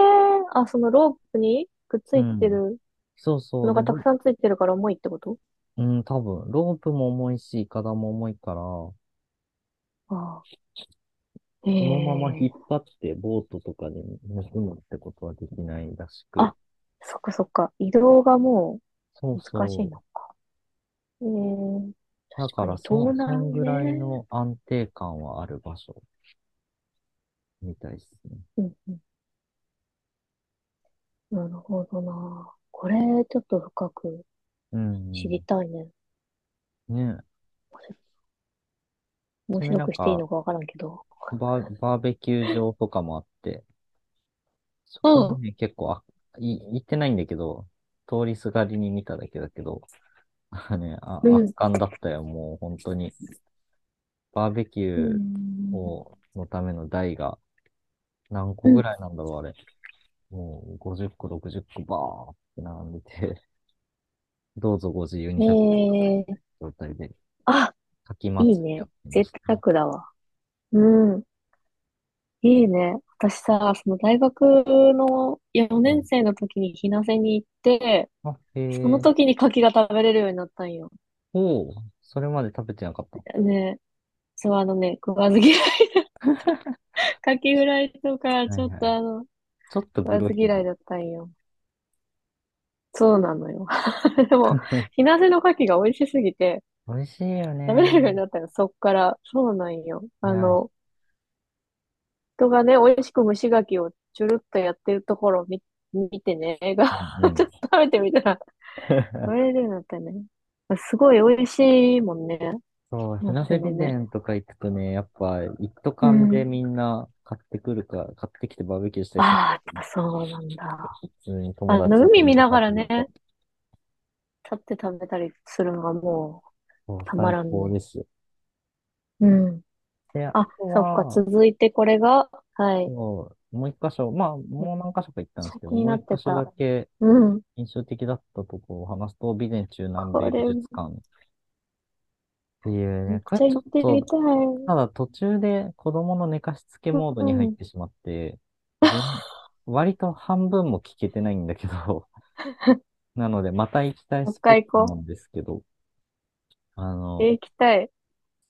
Speaker 2: あ、そのロープにくっつ
Speaker 1: う
Speaker 2: いて
Speaker 1: ん。
Speaker 2: る
Speaker 1: そうそう。
Speaker 2: の
Speaker 1: で、
Speaker 2: がたく
Speaker 1: ロ
Speaker 2: さんついてるから重いってこと
Speaker 1: うん、多分、ロープも重いし、イカダも重いから、そ
Speaker 2: ああ、え
Speaker 1: のまま引
Speaker 2: え
Speaker 1: っ張ってボートとかに盗むってことはできないらしく。
Speaker 2: あ、そっかそっか。移動がも
Speaker 1: そうう
Speaker 2: 難し
Speaker 1: そ
Speaker 2: いのか。ええ
Speaker 1: う。だか、
Speaker 2: 確からに
Speaker 1: その、
Speaker 2: 盗
Speaker 1: そん
Speaker 2: 難
Speaker 1: ぐらい
Speaker 2: ね。
Speaker 1: の安定感はある場所みたいですね。
Speaker 2: うんうんなるほどな。これ、ちょっと深く
Speaker 1: う
Speaker 2: 知り
Speaker 1: ん。
Speaker 2: たいね。
Speaker 1: ねえ。
Speaker 2: 面
Speaker 1: それ
Speaker 2: 白
Speaker 1: なん
Speaker 2: くしていい
Speaker 1: か、
Speaker 2: のかわからんけど。
Speaker 1: バー、バーベキュー場とかもあって、そうこも
Speaker 2: ん。
Speaker 1: ね、結構、あ、い、行ってないんだけど、通りすがりに見ただけだけど、 (laughs) あのね、あ、
Speaker 2: う
Speaker 1: 圧
Speaker 2: ん。
Speaker 1: 巻だったよ、もう本当に。バーベキ
Speaker 2: う
Speaker 1: ュー
Speaker 2: ん。
Speaker 1: を、のための台が何個
Speaker 2: う
Speaker 1: ぐ
Speaker 2: ん。
Speaker 1: らいなんだろう、あれ。もう50個、60個バーって並んでて、どうぞご自由に食べてください状態
Speaker 2: ええ
Speaker 1: で、
Speaker 2: あ、
Speaker 1: かき
Speaker 2: いい
Speaker 1: 祭りや
Speaker 2: ね。
Speaker 1: ってま
Speaker 2: 贅
Speaker 1: した。
Speaker 2: 沢だわ。うん。いいね。私さ、その大学の
Speaker 1: う
Speaker 2: 4年
Speaker 1: ん。
Speaker 2: 生の時に日生に行って、
Speaker 1: あ、へ
Speaker 2: その
Speaker 1: え。
Speaker 2: 時に牡蠣が食べれるようになったんよ。
Speaker 1: おお、それまで食べてなかった。
Speaker 2: ね。そう、あのね、食わず嫌い。
Speaker 1: (laughs)
Speaker 2: 牡蠣フライとか、
Speaker 1: は
Speaker 2: ち
Speaker 1: い
Speaker 2: ょっ
Speaker 1: は
Speaker 2: と
Speaker 1: い。
Speaker 2: あの、
Speaker 1: ちょっと
Speaker 2: 食
Speaker 1: グ
Speaker 2: わ
Speaker 1: ロい
Speaker 2: ず
Speaker 1: よ
Speaker 2: 嫌い
Speaker 1: ね。
Speaker 2: だったんよ。そうなのよ。 (laughs) でも、日生の牡蠣が美味しすぎて、
Speaker 1: (laughs) 美味しいよ
Speaker 2: 食べれるよう
Speaker 1: ね。
Speaker 2: になったよ、そっから。そうなんよ。
Speaker 1: い
Speaker 2: あ
Speaker 1: や、
Speaker 2: の、人がね、美味しく蒸し牡蠣をちゅるっとやってるところを見、見てね、映画、
Speaker 1: うんう
Speaker 2: ちょ
Speaker 1: ん。
Speaker 2: っと (laughs) 食べてみ
Speaker 1: (laughs)
Speaker 2: たら、食べれるようになったね。すごい美味しいもんね。
Speaker 1: そう、日
Speaker 2: 本
Speaker 1: 生
Speaker 2: 当に
Speaker 1: 御
Speaker 2: ね。
Speaker 1: 殿とか行くとね、やっぱ一斗
Speaker 2: う
Speaker 1: 缶で
Speaker 2: ん。
Speaker 1: みんな買ってくるか、買ってきてバーベキューしたりする
Speaker 2: ああ、やっ
Speaker 1: んだよね。
Speaker 2: ぱそうなんだ。
Speaker 1: 普通に友
Speaker 2: あの、
Speaker 1: 達と
Speaker 2: 海
Speaker 1: みん
Speaker 2: 見
Speaker 1: な
Speaker 2: な
Speaker 1: 買
Speaker 2: が
Speaker 1: って
Speaker 2: ら
Speaker 1: くる
Speaker 2: ね、
Speaker 1: と。
Speaker 2: 立って食べたりするのがもう、
Speaker 1: そう、
Speaker 2: たま
Speaker 1: 最
Speaker 2: らん
Speaker 1: 高
Speaker 2: ね。
Speaker 1: ですよ。
Speaker 2: うん。
Speaker 1: で、あ
Speaker 2: あ、
Speaker 1: と
Speaker 2: そっか、
Speaker 1: は、
Speaker 2: 続いてこれが、はい。
Speaker 1: そう、もう一箇所、まあ、もう何箇所か行ったんですけ
Speaker 2: 先
Speaker 1: ど、
Speaker 2: に
Speaker 1: もう
Speaker 2: な
Speaker 1: 一
Speaker 2: って
Speaker 1: 箇所だ
Speaker 2: た。
Speaker 1: け
Speaker 2: うん。
Speaker 1: 印象的だったところを話すと、備前中南
Speaker 2: こ
Speaker 1: 米美
Speaker 2: れ、
Speaker 1: 術館っていう
Speaker 2: め
Speaker 1: ね、
Speaker 2: っ
Speaker 1: これ
Speaker 2: ちゃ
Speaker 1: ち
Speaker 2: 行
Speaker 1: ょ
Speaker 2: っ
Speaker 1: って
Speaker 2: み
Speaker 1: と、
Speaker 2: たい。
Speaker 1: ただ途中で子供の寝かしつけモード
Speaker 2: う
Speaker 1: に入っ
Speaker 2: ん。
Speaker 1: てしまって、全、割と半分も聞けてないんだけ
Speaker 2: (laughs)
Speaker 1: ど、なのでまた行きたい
Speaker 2: もう一
Speaker 1: スポッ
Speaker 2: 回
Speaker 1: ト
Speaker 2: 行
Speaker 1: な
Speaker 2: こ
Speaker 1: んですけど、あ
Speaker 2: う。え、
Speaker 1: の、
Speaker 2: 行きたい。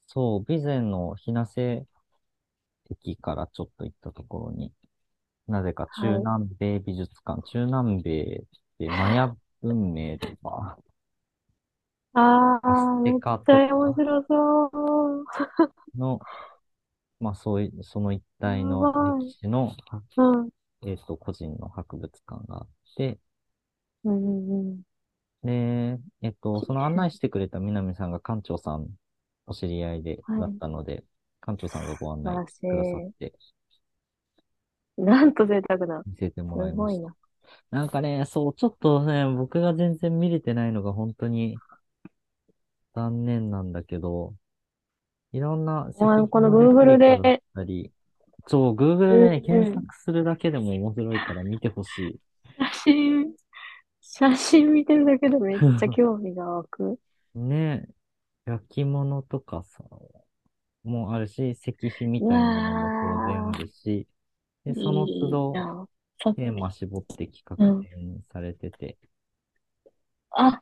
Speaker 1: そう、備前の日生駅からちょっと行ったところに、なぜか中
Speaker 2: はい。
Speaker 1: 南米美術館、中南米ってマヤ文明とか、
Speaker 2: (laughs) あ
Speaker 1: アス
Speaker 2: あ、
Speaker 1: テ
Speaker 2: めっ
Speaker 1: カ
Speaker 2: ち
Speaker 1: と
Speaker 2: ゃ面
Speaker 1: か
Speaker 2: 白そう。
Speaker 1: の、まあそういう、その一
Speaker 2: や
Speaker 1: 帯の歴
Speaker 2: ばい。
Speaker 1: 史の、は
Speaker 2: うん。
Speaker 1: えっと、個人の博物館があって、
Speaker 2: うんうん
Speaker 1: で、えっと、その案内してくれた南さんが館長さん、お知り合いで、
Speaker 2: うん。
Speaker 1: だ
Speaker 2: は
Speaker 1: っ
Speaker 2: い。
Speaker 1: たので、館長さんがご案
Speaker 2: 素晴
Speaker 1: 内
Speaker 2: らし
Speaker 1: くださっ
Speaker 2: い。
Speaker 1: て
Speaker 2: なんと贅沢な。
Speaker 1: 見せても
Speaker 2: す
Speaker 1: らいま
Speaker 2: ご
Speaker 1: し
Speaker 2: い
Speaker 1: た。
Speaker 2: な。
Speaker 1: なんかね、そう、ちょっとね、僕が全然見れてないのが本当に残念なんだけど、いろんな石
Speaker 2: まあ、こ
Speaker 1: 碑
Speaker 2: の
Speaker 1: のレプリカだ
Speaker 2: Google
Speaker 1: っ
Speaker 2: で、
Speaker 1: たり、そう、Google
Speaker 2: う
Speaker 1: でね、検
Speaker 2: ん。
Speaker 1: 索するだけでも面白いから見てほしい。
Speaker 2: 写真、写真見てるだけでめっちゃ興味が湧
Speaker 1: (laughs)
Speaker 2: く。
Speaker 1: ね、焼き物とかさ、もあるし、石碑み
Speaker 2: う
Speaker 1: たいなのも当然あ
Speaker 2: わ
Speaker 1: るし、で、
Speaker 2: ー、
Speaker 1: その都
Speaker 2: いい
Speaker 1: 度
Speaker 2: な。さ、
Speaker 1: テーマ絞って企画
Speaker 2: うん。
Speaker 1: 展されてて
Speaker 2: あ、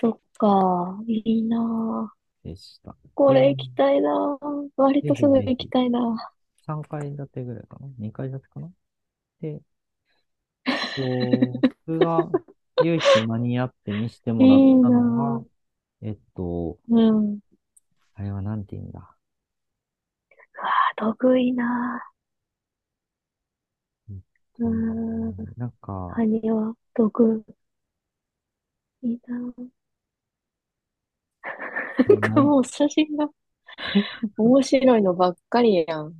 Speaker 2: そっか。いいな。
Speaker 1: でした。
Speaker 2: こ
Speaker 1: で、
Speaker 2: れ行きたいな。割
Speaker 1: ぜ
Speaker 2: と
Speaker 1: ひ
Speaker 2: すぐ
Speaker 1: ぜ
Speaker 2: 行き
Speaker 1: ひ、
Speaker 2: たいな。
Speaker 1: 3階建てぐらいかな ?2 階建てかなで、僕が唯一間に合って見せて
Speaker 2: い
Speaker 1: もらっ
Speaker 2: い
Speaker 1: たの
Speaker 2: な。
Speaker 1: が、えっと、
Speaker 2: うん。
Speaker 1: あれはなんて言うんだ。
Speaker 2: うわー、得意な。
Speaker 1: えっ
Speaker 2: う
Speaker 1: とね、
Speaker 2: ーん。
Speaker 1: なんか、
Speaker 2: 埴輪、毒、いいな。
Speaker 1: こ
Speaker 2: な
Speaker 1: れ
Speaker 2: んか
Speaker 1: 何、
Speaker 2: もう写
Speaker 1: (laughs)
Speaker 2: 真が面白いのばっかりやん。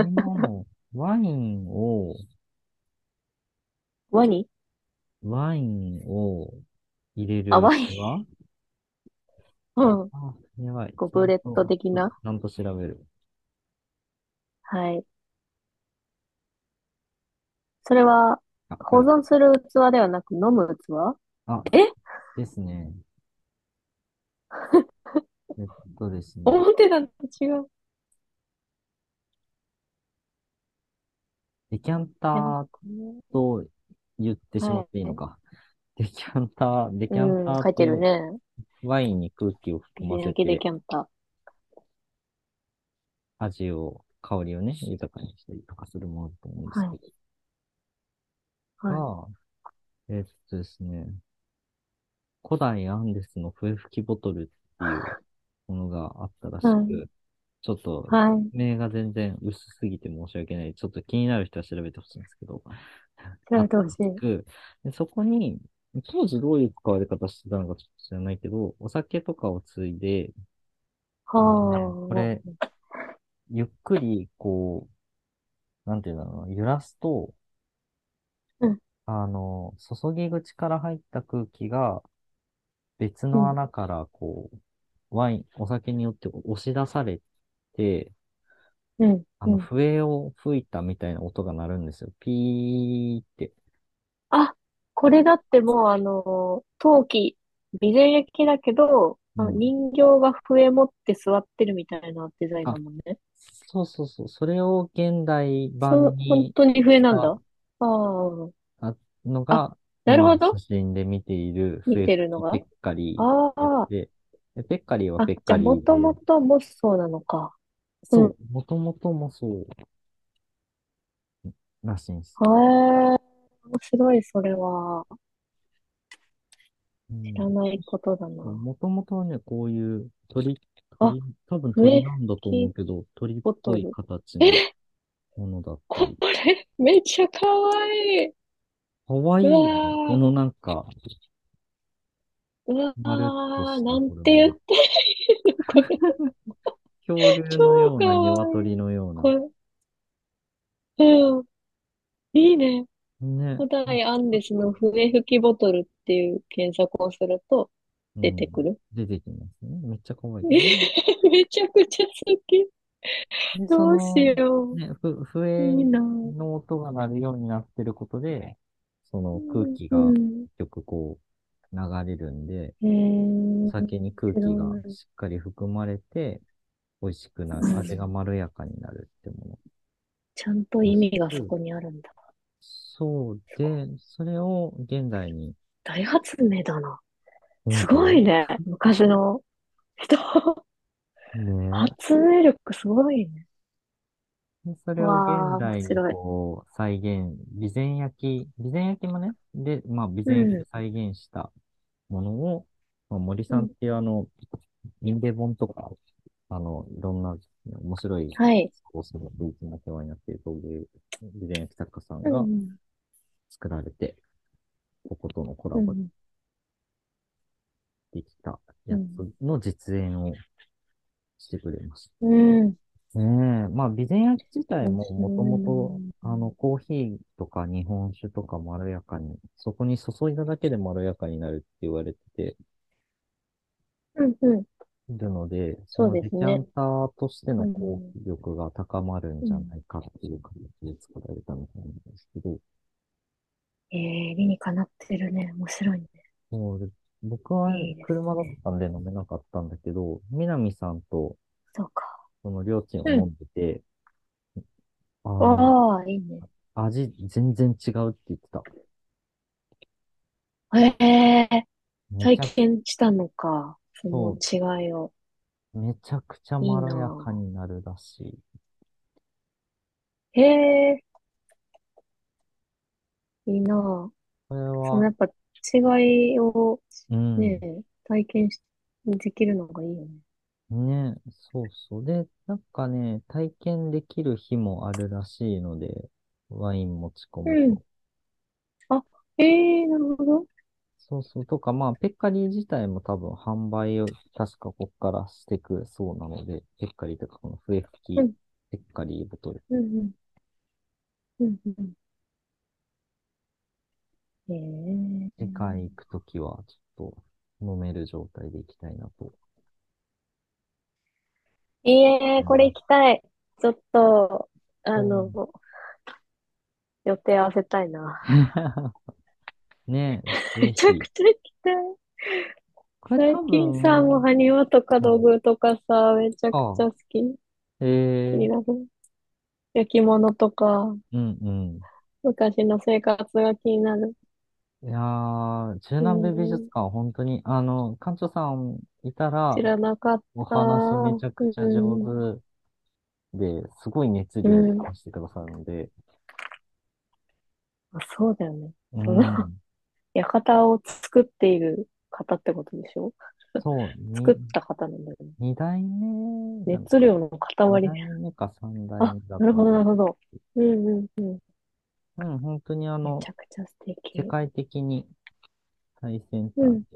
Speaker 1: 飲み物、ワインを、
Speaker 2: ワニ
Speaker 1: ワインを入れ
Speaker 2: あ、
Speaker 1: る
Speaker 2: ワイン。
Speaker 1: はえ、
Speaker 2: うん。
Speaker 1: あ、やばい。
Speaker 2: こう、
Speaker 1: ちゃ
Speaker 2: ブ
Speaker 1: ん
Speaker 2: レッド
Speaker 1: と、
Speaker 2: 的
Speaker 1: ち
Speaker 2: な。
Speaker 1: ゃんと調べる。
Speaker 2: はい。それは、
Speaker 1: あ、こ
Speaker 2: 保
Speaker 1: れだ。
Speaker 2: 存する器ではなく飲む器
Speaker 1: あ、
Speaker 2: え
Speaker 1: です
Speaker 2: (laughs)
Speaker 1: ね。えっとですね。
Speaker 2: 思ってたのと違う。
Speaker 1: デキャンタ
Speaker 2: でも、
Speaker 1: ーと言ってしま
Speaker 2: は
Speaker 1: っていいの
Speaker 2: い。
Speaker 1: か。デキャンター、デキャンタ
Speaker 2: うん、
Speaker 1: ー
Speaker 2: 書いてる
Speaker 1: と
Speaker 2: ね。
Speaker 1: ワインに空気を含ま
Speaker 2: 水
Speaker 1: せ
Speaker 2: 抜きで
Speaker 1: て、
Speaker 2: キャンタ
Speaker 1: 味を、香りをね、豊かにしたりとかするものだと思うんで
Speaker 2: ー。
Speaker 1: す
Speaker 2: は
Speaker 1: け
Speaker 2: い、はい。
Speaker 1: ど、が、えっとですね、古代アンデスの笛吹きボトルっていうものがあったらし
Speaker 2: はい、
Speaker 1: く、ちょっと
Speaker 2: は
Speaker 1: 説
Speaker 2: い。
Speaker 1: 明が全然薄すぎて申し訳ない。ちょっと気になる人は調べてほしいんですけど、
Speaker 2: 調
Speaker 1: あっ
Speaker 2: べて
Speaker 1: た
Speaker 2: ほ
Speaker 1: ら
Speaker 2: し
Speaker 1: し
Speaker 2: い。
Speaker 1: く、で、そこに、当時どういう使われ方してたのかちょっと知らないけど、お酒とかをついで、あのね、こ
Speaker 2: は
Speaker 1: れ、ゆっくり、こう、なんていうんだろうな、揺らすと、
Speaker 2: あ。うん、
Speaker 1: あの、注ぎ口から入った空気が別
Speaker 2: う
Speaker 1: の
Speaker 2: ん。
Speaker 1: 穴からこう、ワイン、お酒によって押し出されて、
Speaker 2: うん、
Speaker 1: あ
Speaker 2: う
Speaker 1: の、
Speaker 2: ん。
Speaker 1: 笛を吹いたみたいな音が鳴るんですよ。ピーって。
Speaker 2: あ、これだってもうあの、陶器、備前焼だけど、
Speaker 1: う
Speaker 2: あの
Speaker 1: ん。
Speaker 2: 人形が笛持って座ってるみたいなデザインだ
Speaker 1: あ、
Speaker 2: もんね。
Speaker 1: そうそうそう。それを現代
Speaker 2: そ
Speaker 1: 版
Speaker 2: う、本
Speaker 1: に
Speaker 2: 当に笛
Speaker 1: し
Speaker 2: なん
Speaker 1: た
Speaker 2: だ。ああ、
Speaker 1: あの
Speaker 2: あ、
Speaker 1: が、
Speaker 2: なる
Speaker 1: 今
Speaker 2: ほ
Speaker 1: 写
Speaker 2: ど。
Speaker 1: 真で見ている
Speaker 2: 見
Speaker 1: 笛
Speaker 2: てる
Speaker 1: 吹
Speaker 2: の
Speaker 1: きペ
Speaker 2: が。
Speaker 1: ッカリー
Speaker 2: あ
Speaker 1: で
Speaker 2: あ、
Speaker 1: で、ペッカリーは
Speaker 2: あ、
Speaker 1: ペッ
Speaker 2: じ
Speaker 1: カ
Speaker 2: ゃあも
Speaker 1: リー
Speaker 2: と
Speaker 1: で、
Speaker 2: もともそうなのか。う
Speaker 1: そ
Speaker 2: ん。
Speaker 1: う、もともともそうらしいんです。
Speaker 2: へえ、面白い、それは。
Speaker 1: う
Speaker 2: 知
Speaker 1: ん。
Speaker 2: らないことだな。
Speaker 1: もともとはね、こういう鳥、
Speaker 2: あ、
Speaker 1: 鳥、多分鳥
Speaker 2: 笛
Speaker 1: なんだと思う
Speaker 2: 吹き
Speaker 1: けど、鳥っ
Speaker 2: ボ
Speaker 1: ぽ
Speaker 2: ト
Speaker 1: い
Speaker 2: ル。
Speaker 1: 形
Speaker 2: え、
Speaker 1: のものだった
Speaker 2: こ
Speaker 1: り。
Speaker 2: れ、めっちゃかわいい。
Speaker 1: かわいういよね。こ
Speaker 2: わ
Speaker 1: のなんか、
Speaker 2: ー、う
Speaker 1: まるっと
Speaker 2: わ
Speaker 1: し
Speaker 2: ー、
Speaker 1: た、
Speaker 2: なん
Speaker 1: これ
Speaker 2: て言っ
Speaker 1: は。
Speaker 2: ていいの、これ。
Speaker 1: 恐竜の
Speaker 2: 超
Speaker 1: よう
Speaker 2: か
Speaker 1: な、
Speaker 2: わいい。
Speaker 1: 鶏のような。
Speaker 2: これ、うん、いいね。
Speaker 1: ね。
Speaker 2: 古代アンデスの笛吹きボトルっていう検索をすると
Speaker 1: う
Speaker 2: 出てく
Speaker 1: ん。
Speaker 2: る。 (laughs)
Speaker 1: 出てきますね。めっちゃ可愛い。で、
Speaker 2: めちゃくちゃ好き。
Speaker 1: で、そ
Speaker 2: どうし
Speaker 1: の、
Speaker 2: よ
Speaker 1: ね、ふ、
Speaker 2: う。
Speaker 1: 笛
Speaker 2: いいな。
Speaker 1: の音が鳴るようになってることで、そうの空
Speaker 2: ん。
Speaker 1: 気
Speaker 2: う
Speaker 1: が
Speaker 2: ん
Speaker 1: よくこう流れるんで、
Speaker 2: へえ、
Speaker 1: お
Speaker 2: 面
Speaker 1: 酒に空気が
Speaker 2: 白い。
Speaker 1: しっかり含まれて、美味しくな
Speaker 2: う
Speaker 1: る、味が
Speaker 2: ん
Speaker 1: まろやかになるってもの
Speaker 2: ちゃんと
Speaker 1: ら
Speaker 2: 意
Speaker 1: し
Speaker 2: 味がそ
Speaker 1: く、
Speaker 2: こにあるんだ。
Speaker 1: そう
Speaker 2: すごい。
Speaker 1: で、それを現代に、
Speaker 2: 大発明だな。
Speaker 1: 本
Speaker 2: す
Speaker 1: 当
Speaker 2: ご
Speaker 1: に、
Speaker 2: いね。昔の人。
Speaker 1: ね
Speaker 2: 発明力すごいね。
Speaker 1: で、それを現
Speaker 2: わあ、面
Speaker 1: 代に
Speaker 2: 白い。
Speaker 1: こう再現、備前焼き、備前焼きもね、で、まあ備
Speaker 2: う
Speaker 1: 前焼きで
Speaker 2: ん。
Speaker 1: 再現したものを、まあ、森
Speaker 2: う
Speaker 1: さんっ
Speaker 2: ん。
Speaker 1: ていうあの、インデ本とか、あの、いろんな面白い
Speaker 2: はい。
Speaker 1: コースの雰囲気の世話になっている陶芸、備前焼き作家さん
Speaker 2: う
Speaker 1: が
Speaker 2: ん。
Speaker 1: 作られて、こことのコラ
Speaker 2: う
Speaker 1: ボ
Speaker 2: ん。
Speaker 1: できた
Speaker 2: う
Speaker 1: やつ
Speaker 2: ん。
Speaker 1: の実演をしてくれまし
Speaker 2: うん。
Speaker 1: た。ねえ、まあ備前焼き自体
Speaker 2: 面
Speaker 1: も
Speaker 2: 白
Speaker 1: もとも
Speaker 2: いな。
Speaker 1: と、あの、コーヒーとか日本酒とかまろやかに、そこに注いだだけでまろやかになるって言われてて、
Speaker 2: うんうん。
Speaker 1: いるので、そ
Speaker 2: そう
Speaker 1: の
Speaker 2: で
Speaker 1: デ
Speaker 2: す
Speaker 1: キャ
Speaker 2: ね。
Speaker 1: ンターとして
Speaker 2: う
Speaker 1: のこ
Speaker 2: ん。
Speaker 1: う力が高まるん
Speaker 2: う
Speaker 1: じゃ
Speaker 2: ん。
Speaker 1: ないかっていう形で作られたみたいなんですけど、
Speaker 2: えー、理にかなってるね。面白いね。
Speaker 1: もう僕はい
Speaker 2: いです
Speaker 1: 車だっ
Speaker 2: ね。
Speaker 1: たんで飲めなかったんだけど、南さんと
Speaker 2: そうか。
Speaker 1: その両親を
Speaker 2: う
Speaker 1: 飲
Speaker 2: ん。
Speaker 1: んでて、あの、
Speaker 2: ああ、いいね。
Speaker 1: 味全然違うって言ってた。
Speaker 2: ええ、
Speaker 1: め
Speaker 2: 体
Speaker 1: ちゃ、
Speaker 2: 験したのか。その
Speaker 1: そ
Speaker 2: 違いを。
Speaker 1: う、めちゃくちゃ
Speaker 2: い
Speaker 1: ま
Speaker 2: い
Speaker 1: ろやか
Speaker 2: な
Speaker 1: になるらしい。
Speaker 2: ぁ。へえ、いいなぁ。
Speaker 1: これ
Speaker 2: その
Speaker 1: は、
Speaker 2: やっぱ違いを
Speaker 1: う
Speaker 2: ね、
Speaker 1: ん、
Speaker 2: 体験し、できるのがいいよね。
Speaker 1: ね、そうそう。で、なんかね、体験できる日もあるらしいので、ワイン持ち込
Speaker 2: う
Speaker 1: む
Speaker 2: ん。
Speaker 1: と。
Speaker 2: あ、ええ、なるほど。
Speaker 1: そうそう。とか、まあ、ペッカリー自体も多分販売を確かここからしてくそうなので、ペッカリーとかこの笛吹き、
Speaker 2: うん、
Speaker 1: ペッカリーボトル。
Speaker 2: うん、うん、うん。うん。ええ、
Speaker 1: 次回行くときは、ちょっと飲める状態で行きたいな
Speaker 2: (laughs)
Speaker 1: と
Speaker 2: いいえ、
Speaker 1: 思い
Speaker 2: これ
Speaker 1: ま
Speaker 2: 行きたい。ちょっと、
Speaker 1: す。
Speaker 2: あ
Speaker 1: う
Speaker 2: の、
Speaker 1: ん
Speaker 2: 予定合わせたいな。
Speaker 1: ねえ、ぜ
Speaker 2: めちゃ
Speaker 1: ひ。
Speaker 2: くちゃ行きたい。
Speaker 1: これ
Speaker 2: 最
Speaker 1: 多
Speaker 2: 近さ、もう
Speaker 1: 分、
Speaker 2: 埴輪とか
Speaker 1: う
Speaker 2: 土
Speaker 1: ん。
Speaker 2: 偶とかさ、めちゃくち
Speaker 1: あ
Speaker 2: ゃ好
Speaker 1: あ、
Speaker 2: き、気
Speaker 1: え
Speaker 2: に
Speaker 1: ー
Speaker 2: なる。焼き物とか、
Speaker 1: うんうん
Speaker 2: 昔の生活が気になる。
Speaker 1: いやー、中
Speaker 2: う
Speaker 1: 南米美術
Speaker 2: ん、
Speaker 1: 館は本当に、あの、館長さんいた
Speaker 2: 知
Speaker 1: ら、
Speaker 2: らなかっ
Speaker 1: お
Speaker 2: た。
Speaker 1: 話めちゃく
Speaker 2: う
Speaker 1: ちゃ上
Speaker 2: ん、
Speaker 1: 手で、すごい熱
Speaker 2: う
Speaker 1: 量で
Speaker 2: ん。
Speaker 1: 話してくださるので、
Speaker 2: あ、そうだよね。
Speaker 1: う
Speaker 2: その、
Speaker 1: ん、
Speaker 2: 館を作っている方ってことでしょ
Speaker 1: そう、
Speaker 2: 作
Speaker 1: に、
Speaker 2: った方なんだよね。
Speaker 1: 二代目なの
Speaker 2: 熱
Speaker 1: か
Speaker 2: 量の
Speaker 1: な
Speaker 2: 塊
Speaker 1: 二
Speaker 2: ね。
Speaker 1: 代目か三代
Speaker 2: あ、
Speaker 1: 目だ
Speaker 2: なる
Speaker 1: と
Speaker 2: ほど、な
Speaker 1: 思う。
Speaker 2: るほど。うんうんうん。
Speaker 1: うん、本当にあ
Speaker 2: め
Speaker 1: の、
Speaker 2: ちゃくちゃ素
Speaker 1: 世
Speaker 2: 敵。
Speaker 1: 界的に最先
Speaker 2: う
Speaker 1: 端
Speaker 2: ん。
Speaker 1: で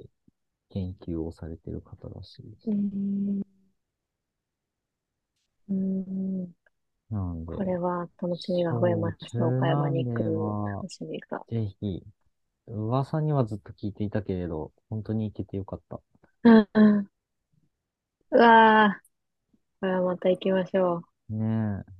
Speaker 1: 研究をされてる方らしいで
Speaker 2: う
Speaker 1: す。
Speaker 2: ん。うん
Speaker 1: なんで、
Speaker 2: これは楽しみが増え
Speaker 1: そう、
Speaker 2: ま
Speaker 1: 中
Speaker 2: した。岡山
Speaker 1: 南
Speaker 2: に
Speaker 1: 米
Speaker 2: 来る
Speaker 1: は、
Speaker 2: 楽しみが。
Speaker 1: ぜひ、噂にはずっと聞いていたけれど、本当に行けてよかった。
Speaker 2: うんうん。うわー。これはまた行きましょう。
Speaker 1: ねえ。